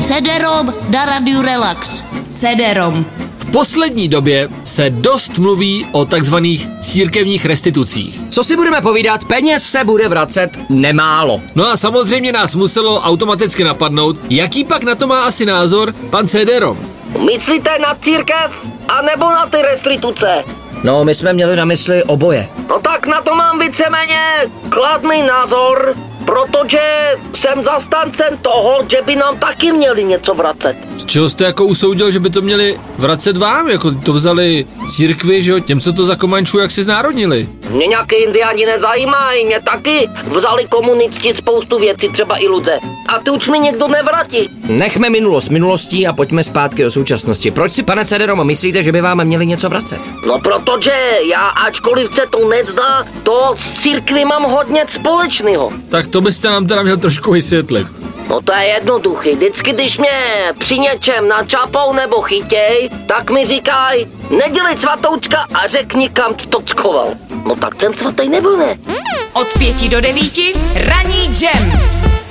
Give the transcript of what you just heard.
CD-ROM na Radiu Relax. CD-ROM. V poslední době se dost mluví o takzvaných církevních restitucích. Co si budeme povídat, peněz se bude vracet nemálo. No a samozřejmě nás muselo automaticky napadnout, jaký pak na to má asi názor pan CD-ROM. Myslíte na církev, anebo na ty restituce? No, my jsme měli na mysli oboje. No tak na to mám víceméně kladný názor, protože jsem zastancem toho, že by nám taky měli něco vracet. Z čeho jste jako usoudil, že by to měli vracet vám? Jako to vzali církvi, že jo? Těm, co to za komančů, jak si znárodnili. Mě nějaký indiáni nezajímají, mě taky vzali komunisti spoustu věcí, třeba i ludze. A ty už mi někdo nevratí. Nechme minulost minulostí a pojďme zpátky do současnosti. Proč si, pane Cederom, myslíte, že by vám měli něco vracet? No protože já, ačkoliv se to nezdá, to s církví mám hodně společného. Tak to byste nám teda měl trošku vysvětlit. No to je jednoduchý, vždycky když mě při něčem načapou nebo chytěj, tak mi říkaj, nedělej svatoučka a řekni kam to ckoval. No tak ten svatý nebyl, ne? Od pěti do devíti ranní jam.